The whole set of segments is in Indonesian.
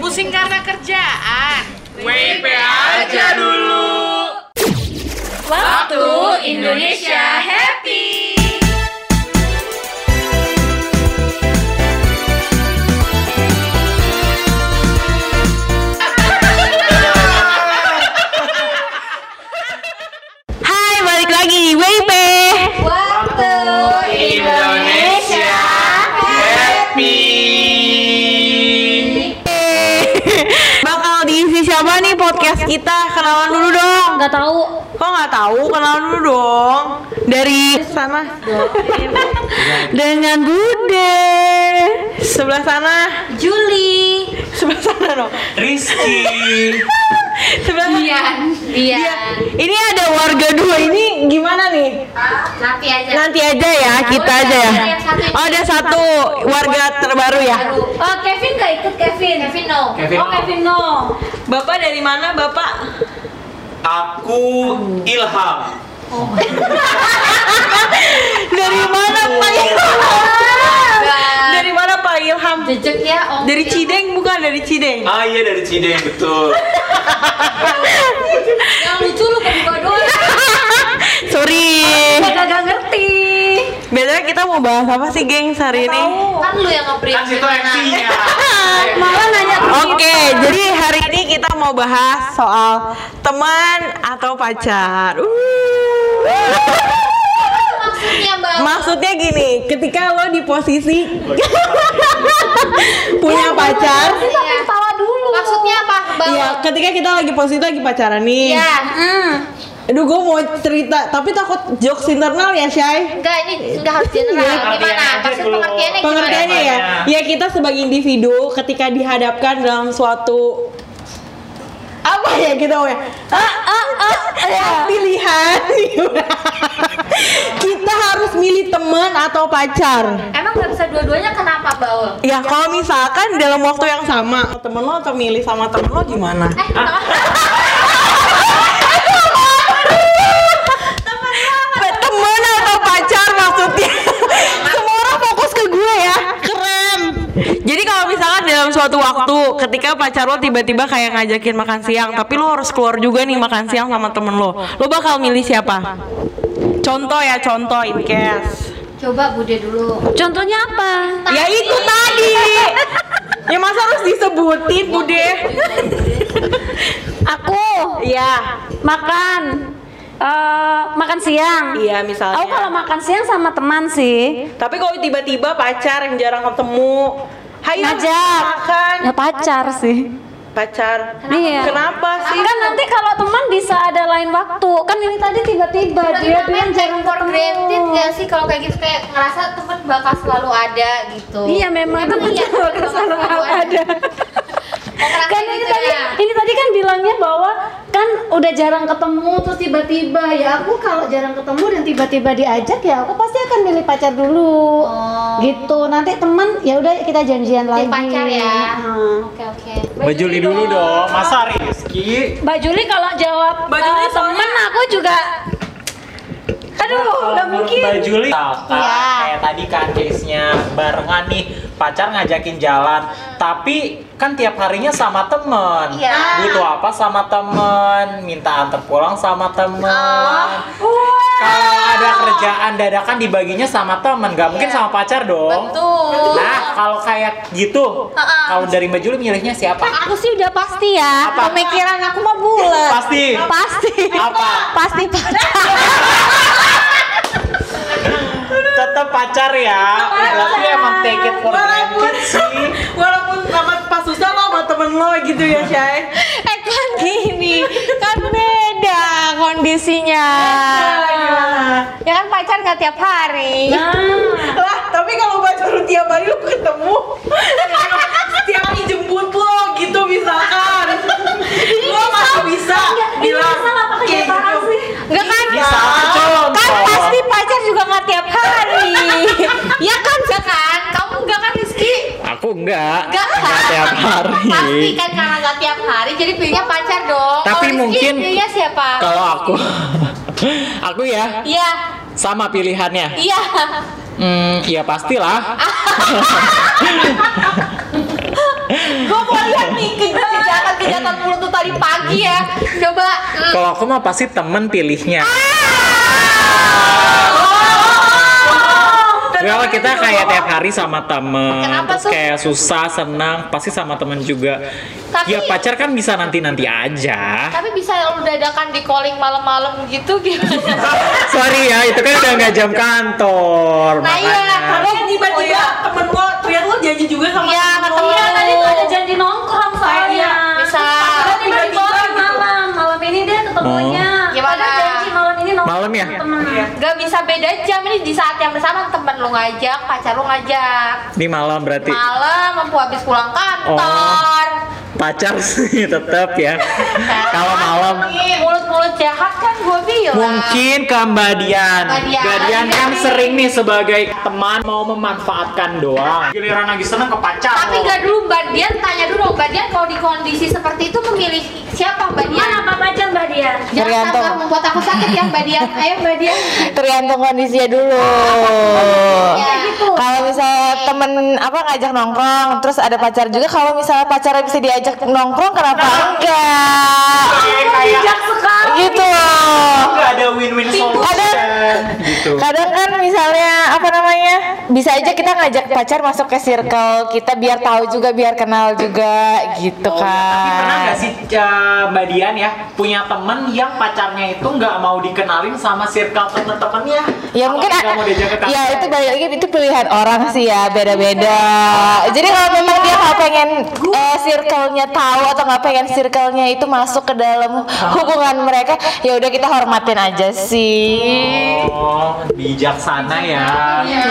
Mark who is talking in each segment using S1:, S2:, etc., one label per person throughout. S1: Pusing karena kerjaan.
S2: WP aja dulu.
S1: Waktu Indonesia Happy.
S3: Hai, balik lagi di WIP.
S1: Waktu
S2: Indonesia happy.
S3: Bakal diisi siapa nih podcast kita? Kenalan dulu dong.
S4: nggak tahu
S3: Kok nggak tahu? Kenalan dulu dong. Dari sana. Dengan Bude. Sebelah sana.
S4: Juli
S3: Sebelah sana dong.
S2: Rizky.
S3: Sebelah sana.
S4: iya
S3: Ini ada warga dua ini gimana nih?
S4: nanti aja
S3: Nanti aja ya, kita
S4: udah,
S3: aja ya.
S4: ada yang satu ini.
S3: Oh, ada satu warga terbaru ya.
S4: oh Kevin nggak ikut Kevin Kevin no
S2: Kevin
S4: oh
S2: no.
S4: Kevin no
S3: Bapak dari mana, Bapak?
S2: Aku Ilham.
S3: Dari mana, Pak Ilham? Dari mana, Pak Ilham?
S4: jejak ya om
S3: Dari Cideng bukan dari Cideng.
S2: Ah iya dari Cideng betul.
S4: yang lucu lu kedua doang
S3: Sorry.
S4: saya kagak ngerti
S3: Biasanya kita mau bahas apa sih, gengs hari ini?
S4: kan lu yang nge-brief
S2: Kan situ
S4: Gimana?
S2: MC-nya.
S4: malah nanya ke
S3: Oke,
S4: kita.
S3: jadi hari ini kita mau bahas soal teman atau pacar. Uh.
S4: maksudnya mbak
S3: Maksudnya gini, ketika lo di posisi punya pacar,
S4: Kita pengen ketawa dulu maksudnya apa mbak
S3: Iya, ketika kita lagi posisi lagi pacaran nih. Hmm.
S4: Iya.
S3: Aduh, gue mau cerita, tapi takut jokes internal ya, Shay.
S4: Enggak, ini udah
S5: Iya.
S4: harus general. Gimana?
S2: Pengertiannya aja
S4: Maksud
S2: dulu.
S4: pengertiannya gimana?
S3: pengertiannya ya
S2: Jawabannya.
S3: ya kita sebagai individu ketika dihadapkan dalam suatu apa ya kita gitu, ah, ah, ah, ya, pilihan kita harus milih teman atau pacar
S4: Emang nggak bisa dua-duanya kenapa, Baul?
S3: ya kalau misalkan dalam waktu yang sama temen lo atau milih sama temen lo gimana
S4: Eh,
S3: temen atau pacar maksudnya semua orang fokus ke gue ya keren jadi kalau misalkan dalam suatu waktu ketika pacar lo tiba-tiba kayak ngajakin makan siang tapi lo harus keluar juga nih makan siang sama temen lo lo bakal milih siapa contoh ya contoh in case
S4: Coba Bude dulu.
S5: Contohnya apa?
S3: ya itu tadi ya masa harus disebutin bude
S5: Aku
S3: ya
S5: makan eh, makan siang.
S3: iya
S5: Aku
S3: misalnya
S5: kalau makan siang sama teman sih.
S3: tapi kalau tiba-tiba pacar yang jarang ketemu Hai,
S5: Ngajak.
S3: Iya. makan
S5: Ya pacar sih.
S3: pacar
S5: Iya.
S3: kenapa sih
S5: Kan nanti kalau teman bisa ada lain waktu. Kan ini tadi tiba-tiba dia bilang
S4: jangan
S5: jangan
S4: for granted
S5: ketemu.
S4: nggak sih kalau kayak gitu kayak ngerasa temen bakal selalu ada gitu.
S5: Iya
S4: Emang
S5: memang teman
S4: iya,
S5: bakal selalu ada.
S4: Kok ngerasa
S5: Kan ini
S4: gitu
S5: tadi,
S4: ya?
S5: ini tadi kan bilangnya bahwa kan udah jarang ketemu terus tiba-tiba ya aku kalau jarang ketemu dan tiba-tiba diajak ya aku pasti akan milih pacar dulu.
S4: Oh.
S5: Gitu. Nanti teman ya udah kita
S4: Di
S5: janjian lagi. Hmm. Nah.
S4: pacar ya.
S5: Heeh.
S4: Oke oke.
S2: Bajuli dulu dong. Masa Rizky?
S5: Mbak Juli kalau jawab
S3: Mbak Juli
S5: eh, temen aku juga Aduh,
S6: Kalau
S5: nggak
S6: menurut
S5: mungkin.
S6: Mbak Juli Kakak,
S4: Iya.
S6: kayak tadi kan case-nya barengan nih pacar ngajakin jalan tapi kan tiap harinya sama temen
S4: Iya.
S6: butuh apa sama temen minta antar pulang sama temen
S4: Oh.
S6: kalau ada kerjaan dadakan dibaginya sama temen nggak mungkin
S4: Iya.
S6: sama pacar dong
S4: Betul.
S6: nah kalau kayak gitu
S4: Ha-ha.
S6: kalau dari Mbak Juli milihnya siapa
S5: Aku sih udah pasti ya. Pemikiran aku mah bulat.
S6: pasti
S5: Pasti.
S6: apa
S5: Pasti pacar.
S6: tetap pacar ya berarti emang take it for granted sih
S3: walaupun sama pas susah lo sama temen lo gitu ya Syai
S1: Eh kan gini, kan beda kondisinya.
S5: Iya.
S1: Ya kan pacar nggak tiap
S5: Nah,
S1: hari.
S3: lah tapi kalau pacar lu tiap hari lu ketemu tiap hari jemput lo gitu misalkan lo masih bisa bilang kayak gitu
S1: Enggak kan?
S4: Iya.
S6: bisa colong
S1: Kan pasti pacar juga nggak tiap hari. ya kan? Enggak kan? Kamu enggak kan Rizky?
S6: aku enggak
S1: Enggak
S6: enggak tiap hari
S4: kan? Pasti kan karena nggak tiap hari jadi pilihnya pacar dong.
S6: Tapi
S4: Kalau Rizky
S6: mungkin
S4: pilihnya siapa?
S6: kalau aku aku ya
S4: Iya,
S6: sama pilihannya
S4: iya. Ah.
S6: hmm ya pastilah
S4: Gue mau lihat nih ke- kejahatan-kejahatan lu tuh tadi pagi ya. Coba. mm.
S6: Kalau aku mah pasti temen pilihnya.
S4: Ah,
S3: gitu.
S6: Well, kita kayak tiap hari sama temen
S4: Kenapa
S6: Terus
S4: tuh?
S6: kayak susah, senang, pasti sama temen juga
S4: Tapi-
S6: Ya pacar kan bisa nanti-nanti aja
S4: Tapi bisa lu dadakan di calling malam-malam gitu gimana?
S6: Sorry ya, itu kan udah nggak jam kantor
S4: Nah iya,
S6: makanya.
S4: karena
S3: Eh,
S7: tiba-tiba temen lo ternyata lo janji juga sama
S4: Iya,
S7: temen
S4: ketemu.
S7: lo.
S5: Iya tadi tuh ada janji nongkrong soalnya.
S4: Bisa.
S5: Padahal tiba di
S7: Tiba-tiba
S5: malam,
S7: gitu.
S5: malam malam ini dia ketemunya.
S3: Hmm.
S4: Oh. Gimana?
S5: Padahal janji malam ini nongkrong
S6: Malam ya?
S5: sama temen.
S7: Iya.
S4: Gak bisa beda jam ini di saat yang bersamaan temen lu ngajak, pacar lu ngajak.
S6: Di malam berarti
S4: Malam, mampu habis pulang kantor.
S6: Oh. pacar sih tetap ya
S4: Nah,
S6: Kalau malam
S4: mulut-mulut jahat kan gue
S6: ya?
S4: bilang.
S6: Mungkin ke Mbak Dian.
S4: Mbak Dian.
S6: Mbak Dian kan sering nih sebagai teman mau memanfaatkan doang.
S2: Giliran lagi seneng ke pacar
S4: Tapi
S2: lo.
S4: gak dulu Mbak Dian tanya dulu Mbak Dian kalau di kondisi seperti itu memilih siapa Mbak Dian?
S5: Mana apa pacar mbak dia?
S4: Jangan
S1: Tergantung.
S4: tambah membuat aku sakit ya Mbak Dian. Ayo Mbak Dian.
S1: Tergantung kondisinya dulu.
S6: Oh.
S4: Ya.
S1: Kalau misalnya temen apa ngajak nongkrong, terus ada pacar juga. Kalau misalnya pacarnya bisa diajak nongkrong, kenapa enggak?
S6: Iya,
S2: Oke, kayak
S1: Gitu loh.
S6: oh,
S2: nggak ada win-win solution gitu.
S1: Kadang kan misalnya apa namanya bisa aja kita ngajak pacar masuk ke circle kita biar tahu juga biar kenal juga gitu
S6: Oh, Tapi pernah nggak
S1: kan.
S6: sih eh, Mbak Dian ya punya teman yang pacarnya itu nggak mau dikenalin sama circle temen-temennya?
S1: Ya
S6: Atau
S1: mungkin
S6: nggak mau diajak ke kantor?
S1: ya itu balik lagi itu pilihan orang sih ya beda-beda. Jadi kalau memang dia nggak pengen eh, circle-nya tahu atau nggak pengen circle-nya itu masuk ke dalam hubungan mereka, ya udah kita hormatin aja sih.
S6: Oh, bijaksana ya.
S4: Iya.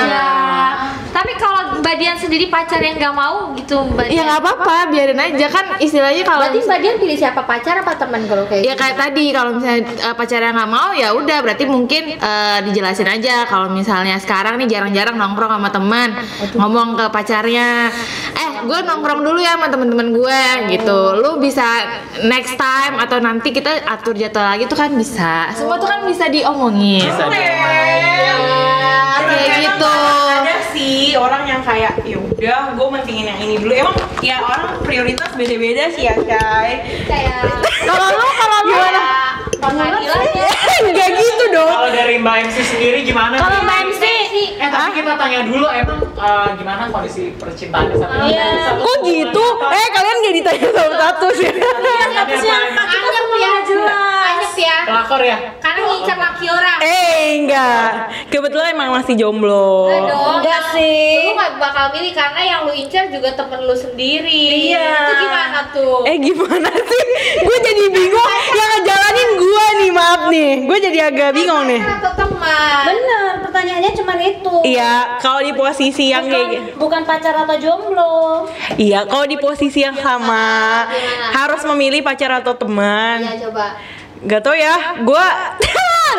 S4: Tapi kalau Mbak Dian sendiri pacar yang gak mau gitu Mbak
S1: Ya
S5: Iya.
S4: Dian.
S1: nggak apa-apa, biarin aja kan istilahnya kalau
S4: Berarti Mbak Dian pilih siapa pacar apa teman kalau
S5: gitu?
S4: kayak
S1: ya kayak tadi kalau misalnya uh, pacarnya nggak mau ya udah berarti mungkin uh, dijelasin aja kalau misalnya sekarang nih jarang-jarang nongkrong sama teman ngomong ke pacarnya eh gue nongkrong dulu ya sama teman-teman gue gitu lu bisa next time atau nanti kita atur jadwal lagi tuh kan bisa semua tuh kan bisa diomongin
S6: Bisa dong.
S3: Iya.
S1: kayak
S7: Kadang-kadang
S1: gitu
S7: Ada sih orang yang kayak ya udah gue mentingin yang ini dulu. Emang ya orang prioritas beda-beda sih ya, Shay.
S4: kayak
S1: kalau lu kalau lu
S4: panggilannya.
S1: nggak gitu dong
S6: Kalau dari Mbak MC sendiri gimana?
S4: Kalau Mbak MC sih
S6: Eh tapi kita tanya dulu emang eh, gimana kondisi percintaannya sama
S4: Iya.
S6: satu
S3: Kok
S6: hubungan
S3: gitu?
S6: apa?
S3: Eh kalian gak ditanya satu-satu sih.
S6: Ada Mbak MC.
S4: anyep ya. Anyep ya.
S6: Pelakor ya?
S4: Karena ngincer laki orang.
S3: Eh enggak. Kebetulan emang masih jomblo.
S4: Enggak dong.
S7: enggak
S4: yang-
S7: sih.
S4: Lu gak bakal milih karena yang lu incer juga temen lu sendiri.
S7: Iya.
S4: Itu gimana tuh?
S3: Eh gimana sih? Gue jadi bingung. Yang ngejalanin gue nih maaf nih. Gue jadi agak bingung nih.
S4: Pacar atau Kan teman?
S5: Bener, pertanyaannya cuman itu.
S3: Iya, kalau di posisi yang kayak gitu.
S5: Bukan, bukan pacar atau jomblo.
S3: Iya, kalau di posisi yang sama
S4: Gimana?
S3: harus memilih pacar atau
S4: Ya
S3: teman.
S4: coba.
S3: Gak tau ya, gue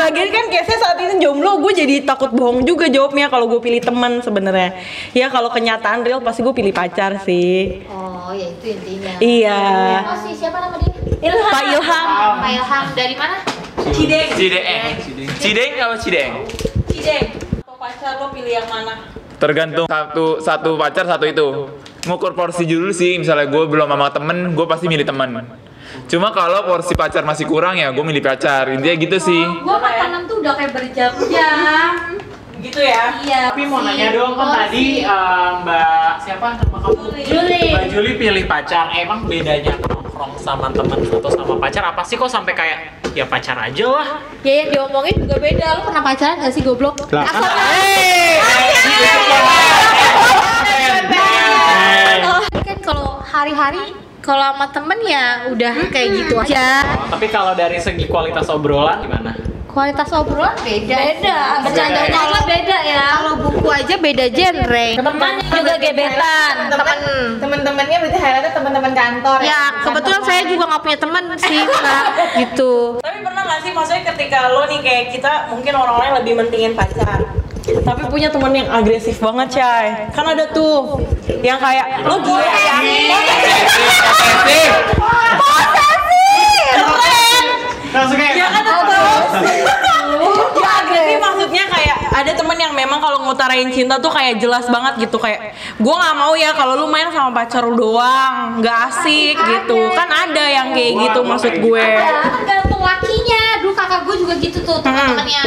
S3: Lagian kan case saat ini jomblo, gue jadi takut bohong juga jawabnya kalau gue pilih teman sebenarnya. Ya kalau kenyataan real pasti gue pilih pacar sih.
S4: Oh, ya itu intinya.
S3: Iya.
S4: Oh, si siapa nama dia?
S5: Ilham.
S3: Pak Ilham.
S4: Pak Ilham dari mana?
S7: Cideng.
S2: Cideng. Cideng apa Cideng?
S7: Cideng. Atau pacar lo pilih yang mana?
S8: tergantung satu satu pacar satu itu ngukur porsi dulu sih misalnya gue belum sama temen gue pasti milih temen cuma kalau porsi pacar masih kurang ya gue milih pacar intinya gitu sih
S4: Gua makanan tuh udah kayak berjam-jam.
S7: Gitu ya.
S4: Iya.
S6: Tapi mau nanya dong kan
S4: Oh,
S6: tadi
S4: si-
S6: eh, Mbak siapa nama kamu?
S5: Juli.
S6: Mbak Juli pilih pacar. Emang bedanya nongkrong sama temen atau sama pacar apa sih kok sampai kayak ya pacar aja lah.
S4: Ya yang diomongin juga beda. Lu pernah pacaran gak sih goblok?
S6: Kan
S4: Asal Oh, kan kalau hari-hari kalau sama temen ya udah kayak gitu aja.
S6: Tapi kalau dari segi kualitas obrolan gimana?
S4: Kualitas obrolan beda. Beda. Bercandanya aja beda ya. Kalau buku aja beda genre. Temennya juga gebetan. Temen.
S1: teman-temannya berarti highlightnya teman-teman kantor
S4: Ya kebetulan saya juga nggak punya temen sih kak gitu.
S7: Tapi pernah nggak sih maksudnya ketika lo nih kayak kita mungkin orang-orang yang lebih mentingin pacar.
S3: Tapi punya temen yang agresif banget, Cai. Kan ada tuh yang kayak lo gila ya.
S2: Langsung kayak
S7: Ya kan tetep. Ya agresif maksud maksudnya kayak ada temen yang memang kalau ngutarain cinta tuh kayak jelas banget gitu kayak gue nggak mau ya kalau lu main sama pacar lu doang nggak asik gitu kan ada yang kayak gitu maksud gue
S4: Ya, tergantung lakinya. Dulu kakak gue juga gitu tuh teman-temannya.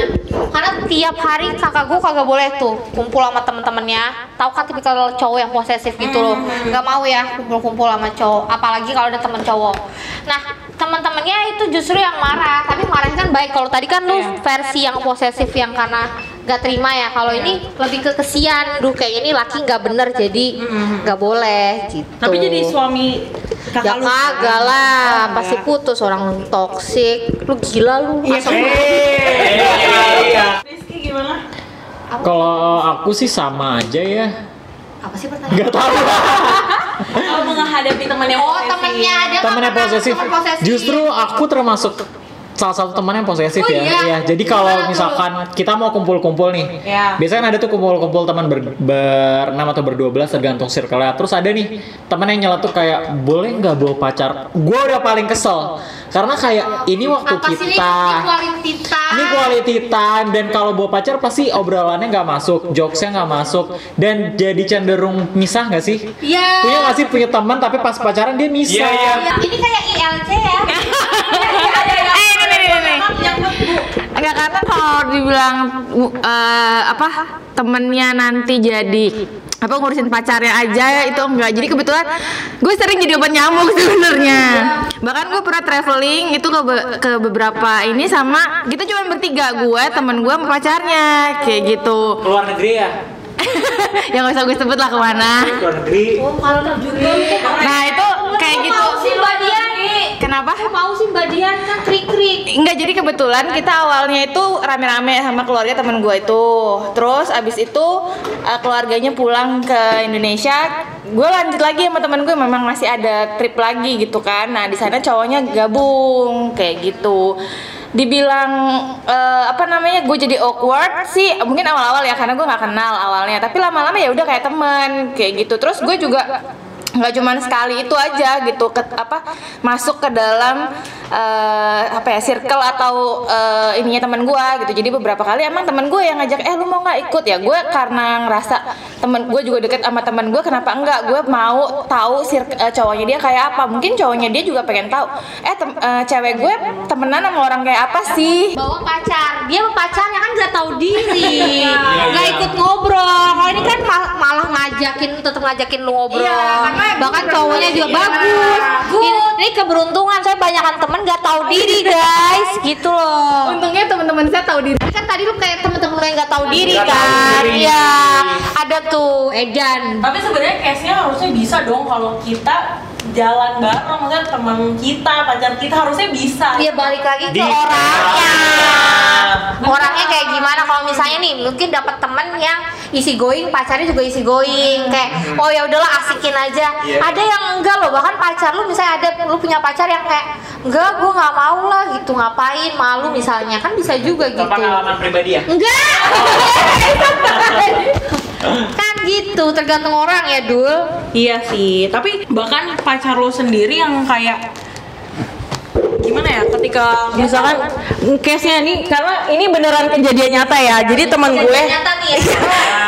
S4: Karena tiap hari kakak gue kagak boleh tuh kumpul sama teman-temannya. Tahu kan tipikal cowok yang posesif gitu loh. Nggak mau ya kumpul-kumpul sama cowok. Apalagi kalau ada teman cowok. Nah teman-temannya itu justru yang marah. Tapi marahnya kan baik. Kalau tadi kan lu versi yang posesif yang karena nggak terima ya. Kalau ini lebih ke kesian. Duh kayak ini laki nggak bener jadi nggak boleh gitu.
S7: tapi jadi suami
S4: Ya
S7: kakak lu
S6: Nah,
S4: kagak
S6: Oh,
S4: lah,
S6: iya.
S4: pasti putus orang toksik. Lu gila lu.
S6: Iya
S4: Asal lu-
S7: Rizky gimana
S6: Kalau aku sih sama aja ya.
S4: Apa sih pertanyaan?
S6: Gak tahu.
S7: kalau menghadapi temen yang
S4: Oh,
S7: posesif.
S4: temennya ada
S6: Temennya
S4: kan?
S6: posesif.
S4: Temen posesif.
S6: Justru aku termasuk salah satu teman yang posesif
S4: Oh,
S6: ya.
S4: iya?
S6: Iya, Jadi kalau
S4: Gimana tuh?
S6: misalkan kita mau kumpul-kumpul nih,
S7: Iya.
S6: biasanya kan ada tuh kumpul-kumpul teman ber- berenam atau berdua belas tergantung circle-nya. Terus ada nih teman yang nyeletuk kayak boleh nggak bawa pacar? Gue udah paling kesel karena kayak ini waktu
S4: apa sih ini?
S6: kita.
S4: Ini quality time.
S6: Ini quality time dan kalau bawa pacar pasti obrolannya nggak masuk, jokesnya nggak masuk dan jadi cenderung misah nggak sih?
S4: Iya.
S6: Punya nggak sih punya teman tapi pas pacaran dia misah.
S8: Iya, iya.
S4: Ya, Ini kayak ILC ya.
S3: Eh, ini, ini, ini, ini.
S1: Enggak karena kalau dibilang u- eh, apa temennya nanti jadi apa ngurusin pacarnya aja itu enggak jadi kebetulan gue sering jadi obat nyamuk sebenarnya bahkan gue pernah traveling itu ke, be- ke beberapa ini sama kita cuma bertiga gue temen gue sama pacarnya kayak gitu
S6: Luar negeri ya?
S1: yang gak usah gue sebut lah kemana
S6: Luar negeri.
S4: Oh. Eh.
S1: nah itu kayak gitu
S4: Mau sih Mbak Dian.
S1: kenapa
S4: Eh, Mau sih Mbak Dian kan krik-krik.
S1: Enggak, jadi kebetulan kita awalnya itu rame-rame sama keluarga temen gue itu. Terus abis itu eh, keluarganya pulang ke Indonesia. Gue lanjut lagi sama temen gue memang masih ada trip lagi gitu kan. Nah di sana cowoknya gabung kayak gitu. Dibilang eh, apa namanya gue jadi awkward sih mungkin awal-awal ya karena gue nggak kenal awalnya. Tapi lama-lama ya udah kayak temen kayak gitu. Terus gue juga nggak cuman sekali itu aja gitu ke, apa masuk ke dalam eh, apa ya circle atau eh, ininya teman gua gitu jadi beberapa kali emang teman gue yang ngajak eh lu mau nggak ikut ya gue karena ngerasa temen gue juga deket sama teman gue kenapa enggak gue mau tahu sir eh, cowoknya dia kayak apa mungkin cowoknya dia juga pengen tahu eh tem- eh, cewek gue temenan sama orang kayak apa sih
S4: bawa pacar dia sama pacarnya kan nggak tahu diri
S1: Iya,
S4: nggak ikut ngobrol kalau ini kan mal- malah ngajakin tetap ngajakin lu ngobrol
S1: Iya,
S4: bahkan cowoknya juga bagus ini, ini keberuntungan saya banyakan temen nggak tahu diri guys gitu loh
S1: Iya, untungnya teman-teman saya tahu diri
S4: kan tadi lu kayak temen-temen lu yang nggak tahu diri
S8: Nggak tahu
S4: kan
S8: diri.
S4: iya ada tuh Edan
S7: tapi sebenarnya case-nya harusnya bisa dong kalau kita jalan bareng maksudnya teman kita pacar kita harusnya bisa
S4: dia balik lagi ke
S8: Di-
S4: orangnya orangnya kayak gimana kalau misalnya nih mungkin dapat temen yang isi going pacarnya juga isi going kayak oh ya udahlah asikin aja ada yang enggak loh bahkan pacar lu misalnya ada lu punya pacar yang kayak enggak gua nggak mau lah gitu ngapain malu misalnya kan bisa juga gitu
S6: Pengalaman pribadi ya?
S4: enggak kan gitu tergantung orang ya dul
S7: Iya sih, tapi bahkan pacar lo sendiri yang kayak gimana ya ketika misalkan
S3: case nya nih karena ini beneran kejadian nyata
S7: Iya,
S3: ya jadi teman gue
S4: ternyata nih ya.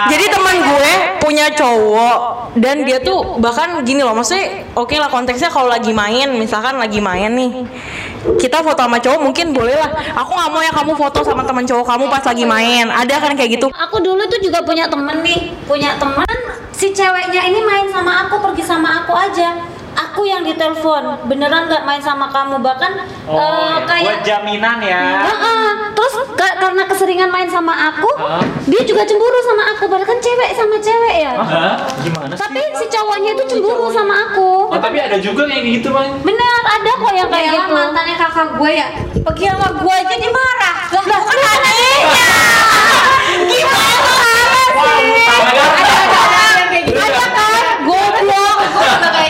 S3: jadi teman gue punya cowok dan dia tuh bahkan gini loh maksudnya oke lah konteksnya kalau lagi main misalkan lagi main nih kita foto sama cowok mungkin boleh lah aku nggak mau ya kamu foto sama teman cowok kamu pas lagi main ada kan kayak gitu
S4: Aku dulu tuh juga punya temen nih, punya temen si ceweknya ini main sama aku, pergi sama aku aja. Aku yang ditelepon, beneran nggak main sama kamu bahkan
S6: Oh, ya.
S4: eh, kayak
S6: buat jaminan ya.
S4: Heeh. terus ka- karena keseringan main sama aku,
S6: Hah?
S4: dia juga cemburu sama aku, padahal kan cewek sama cewek ya.
S6: Hah? Gimana Ah, sih? Ah.
S4: Tapi si cowoknya itu cemburu sama aku.
S8: Oh, tapi ada juga kayak gitu bang.
S4: Bener, ada kok yang kayak gitu. mantannya kakak gue ya, pergi sama gue aja dia marah. Lah, iya. bukan adanya. kan?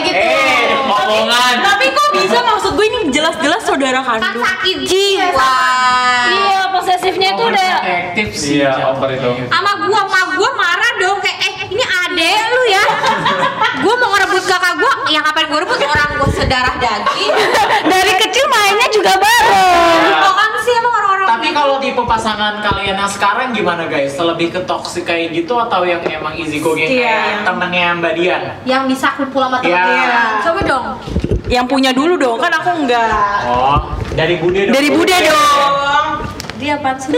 S4: gitu.
S8: Eh, omongan.
S7: tapi kok bisa maksud gue ini jelas-jelas saudara
S4: Kan
S7: kandung
S4: sakit jiwa. Iya, posesifnya itu udah
S6: Efektif
S8: Iya, over itu.
S4: sama gua, sama gua marah dong kayak eh ini adek lu ya. gua mau ngerebut kakak gua, yang ngapain gua rebut orang gua sedarah daging.
S3: dari kecil mainnya juga bareng
S4: Kok kan sih emang orang-orang
S6: Tapi kalau tipe pas pasangan kalian yang sekarang gimana guys? Lebih ke toxic kayak gitu atau yang emang easy going kayak temennya Mbak Dian?
S4: Iya, yang bisa kumpul sama temen
S6: Iya.
S4: temen coba dong
S3: Yang punya dulu dong, kan aku
S4: Iya.
S3: enggak.
S6: Oh, dari Bude dong.
S3: Dari Bude dong.
S4: dia apaan sih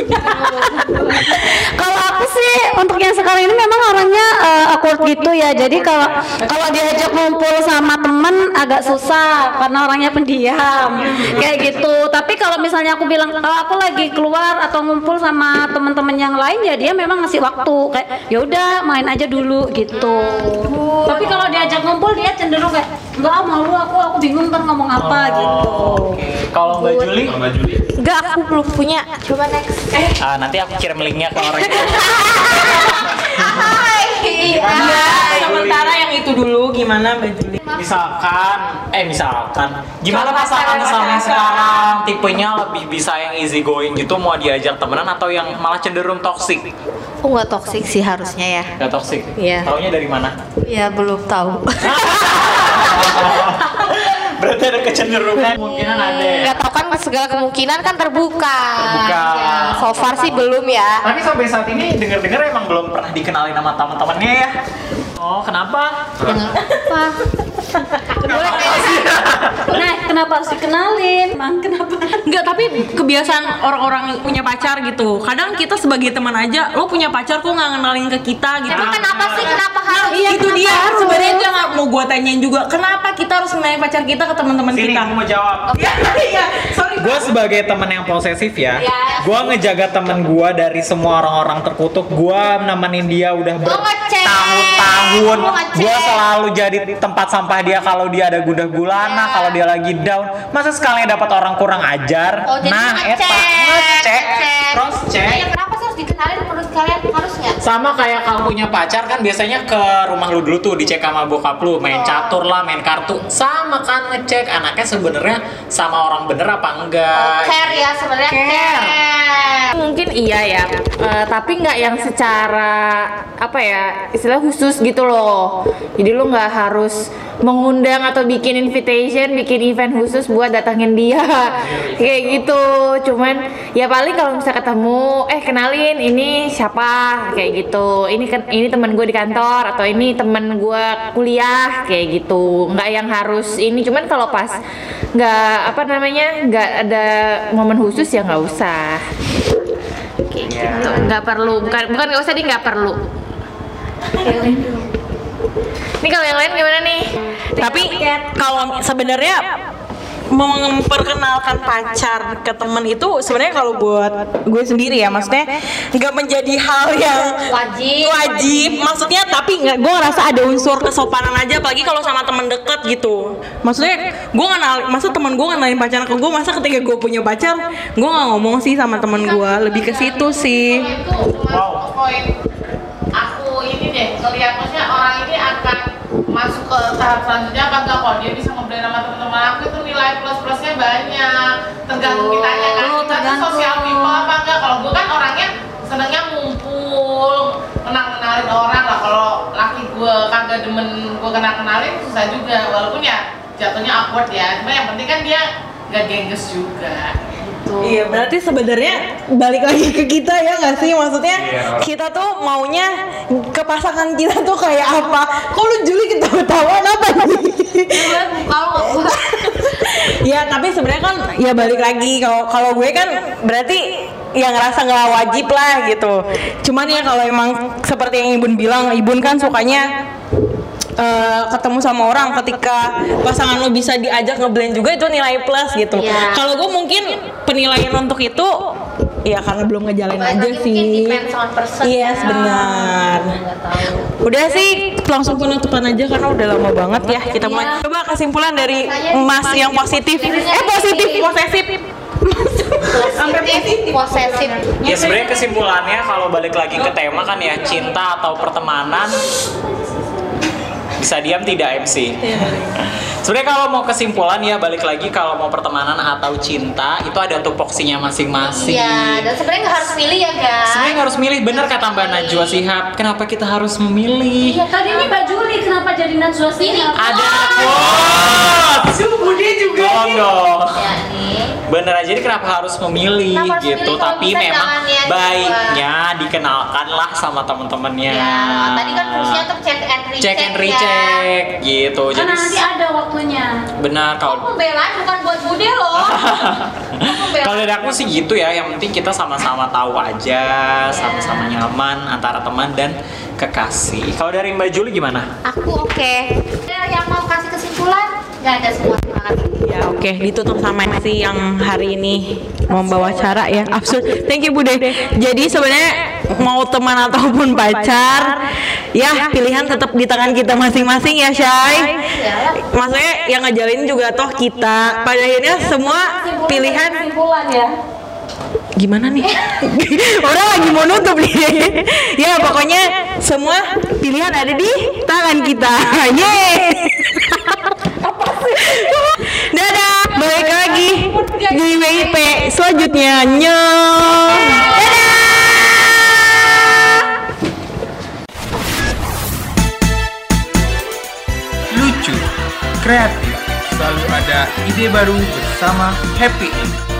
S5: Kalau aku sih untuk yang sekarang ini memang orangnya eh, awkward gitu ya. Jadi kalau kalau diajak ngumpul sama temen agak susah karena orangnya pendiam kayak gitu. Tapi kalau misalnya aku bilang kalau aku lagi keluar atau ngumpul sama temen-temen yang lain ya dia memang ngasih waktu kayak ya udah main aja dulu gitu. Tapi kalau diajak ngumpul dia cenderung kayak enggak malu aku aku bingung kan ngomong apa gitu.
S6: Oke, kalau Mbak Juli?
S4: enggak aku belum punya coba next
S6: Ah, nanti aku kirim linknya ke orang
S3: Enggak, Ah, sementara yang itu dulu gimana Mbak Juli?
S6: misalkan eh misalkan gimana pasangan sama sekarang tipenya lebih bisa yang easy going gitu mau diajak temenan atau yang malah cenderung toxic
S4: aku nggak toxic sih harusnya ya
S6: gak toxic
S4: Iya.
S6: taunya dari mana
S4: ya belum tahu
S6: berarti ada kecenderungan kemungkinan ada ya?
S4: nggak tahu kan segala kemungkinan kan terbuka
S6: Terbuka.
S4: Ya, so far sih belum ya
S6: tapi sampai saat ini dengar-dengar emang belum pernah dikenalin sama teman-temannya ya oh kenapa
S5: Nah, kenapa harus dikenalin? Emang kenapa?
S3: Enggak, tapi kebiasaan orang-orang punya pacar gitu. Kadang kita sebagai teman aja, lo punya pacar kok nggak ngenalin ke kita gitu. Nah,
S4: emang kenapa sih Iya, kenapa harus gitu
S3: itu dia sebenarnya dia nggak mau gua tanyain juga kenapa kita harus mengenai pacar kita ke teman-teman
S6: sini
S3: kita
S6: aku mau jawab
S3: Iya, iya sorry
S2: gue sebagai teman yang posesif ya,
S6: Iya.
S2: gue ngejaga teman gue dari semua orang-orang terkutuk. Gue nemenin dia udah
S4: Lo ngecek
S2: bertahun-tahun.
S4: Lo ngecek.
S2: Gue selalu jadi tempat sampah dia kalau dia ada gundah gulana, kalau dia lagi down. Masa sekalian dapat orang kurang ajar?
S4: Oh, jadi
S2: nah,
S4: ngecek,
S2: eta ngecek, terus cek.
S4: Nah, ya kenapa sih harus dikenalin menurut kalian harusnya?
S6: sama kayak kamu punya pacar kan biasanya ke rumah lu dulu tuh dicek sama bokap lu main catur lah main kartu sama kan ngecek anaknya sebenarnya sama orang bener apa enggak
S4: Care ya sebenarnya care.
S9: mungkin iya ya Eh, tapi nggak yang secara apa ya istilah khusus gitu loh jadi lu nggak harus mengundang atau bikin invitation bikin event khusus buat datangin dia kayak gitu cuman ya paling kalau bisa ketemu eh kenalin ini siapa kayak gitu ini kan ini teman gue di kantor atau ini teman gue kuliah kayak gitu nggak yang harus ini cuman kalau pas nggak apa namanya nggak ada momen khusus ya nggak usah Tuh, nggak perlu bukan bukan nggak usah dia nggak perlu ini kalau yang lain gimana nih
S3: tapi kalau sebenarnya memperkenalkan pacar ke temen itu sebenarnya kalau buat gue sendiri ya maksudnya nggak menjadi hal yang
S4: Wajib.
S3: wajib maksudnya tapi nggak gue ngerasa ada unsur kesopanan aja apalagi kalau sama temen dekat gitu maksudnya gue kenal masa temen gue kenalin pacar ke gue masa ketika gue punya pacar gue nggak ngomong sih sama temen gue lebih ke situ sih
S10: itu cuma poin aku ini deh ngeliat maksudnya orang ini akan masuk ke tahap selanjutnya apa enggak kok dia bisa ngobrol sama teman-teman aku itu nilai plus plusnya banyak tergantung kita ya
S4: Oh,
S10: kan kita tuh
S4: tergantung.
S10: sosial people apa enggak kalau gue kan orangnya senengnya ngumpul kenal kenalin orang lah kalau laki gue kagak demen gue kenal kenalin susah juga walaupun ya jatuhnya awkward ya cuma yang penting kan dia nggak gengges juga
S3: Iya, berarti sebenarnya balik lagi ke kita ya nggak sih? Maksudnya kita tuh maunya ke pasangan kita tuh kayak apa? Kok lu Juli ketawa-tawa apa nih?
S4: Kalau
S3: ya tapi sebenarnya kan ya balik lagi kalau kalau gue kan berarti yang ngerasa nggak wajib lah gitu. Cuman ya kalau emang seperti yang Ibun bilang, Ibun kan sukanya eh, ketemu sama orang ketika pasangan lo bisa diajak ngeblend juga itu nilai plus gitu.
S4: Iya.
S3: Kalau gue mungkin penilaian untuk itu ya karena belum ngejalin
S4: Balik
S3: aja
S4: lagi mungkin
S3: sih.
S4: depends on person
S3: Iya,
S4: ya.
S3: benar. Udah sih langsung penutupan aja karena udah lama banget ya kita mulai. Coba kesimpulan dari Mas yang positif. Eh positif, posesif.
S4: positif, posesif.
S6: Ya sebenarnya kesimpulannya kalau balik lagi ke tema kan ya cinta atau pertemanan bisa diam tidak MC. Sebenarnya kalau mau kesimpulan ya balik lagi kalau mau pertemanan atau cinta itu ada tupoksinya masing-masing.
S4: Iya, dan sebenarnya nggak harus milih ya Iya, guys.
S6: Sebenarnya nggak harus milih bener kata Mbak Najwa Sihab. Kenapa kita harus memilih?
S5: Tadi ini Mbak Juli kenapa jadi Najwa sih?
S6: Ah!
S4: gitu.
S6: Ada. Wow. Budi juga. Tolong dong.
S4: Ya nih.
S6: bener aja jadi kenapa harus memilih
S4: Kenapa harus
S6: gitu
S4: milih? Kalau
S6: tapi
S4: bisa
S6: memang
S4: jangan ya, gitu.
S6: baiknya dikenalkanlah sama temen-temennya
S4: Ya, tadi kan fungsinya untuk check and recheck.
S6: check and
S4: ya.
S6: recheck gitu
S5: Kan
S6: jadi
S5: nanti ada waktunya.
S6: benar kalau
S4: Pembelaan bukan buat Bude loh. Pembelaan.
S6: Kalau dari aku sih gitu ya, yang penting kita sama-sama tahu aja, sama-sama
S4: Iya.
S6: nyaman antara teman dan kekasih. Kalau dari Mbak Juli gimana?
S4: Aku oke. Ada yang mau kasih kesimpulan? Gak ada semua terima kasih.
S3: Ya oke, ditutup sama si yang hari ini membawa cara ya. Absurd. Thank you Bude. Jadi sebenarnya mau teman ataupun pacar, ya pilihan tetap di tangan kita masing-masing ya, Shay. Maksudnya yang ngejalin juga toh kita. Pada akhirnya semua pilihan
S5: Kesimpulan ya.
S3: gimana nih? Orang lagi mau nutup nih. ya pokoknya semua pilihan ada di tangan kita. Yeay. Dadah, balik lagi di WIP selanjutnya. Nyong. Dadah.
S11: Lucu, kreatif, selalu ada ide baru bersama Happy End.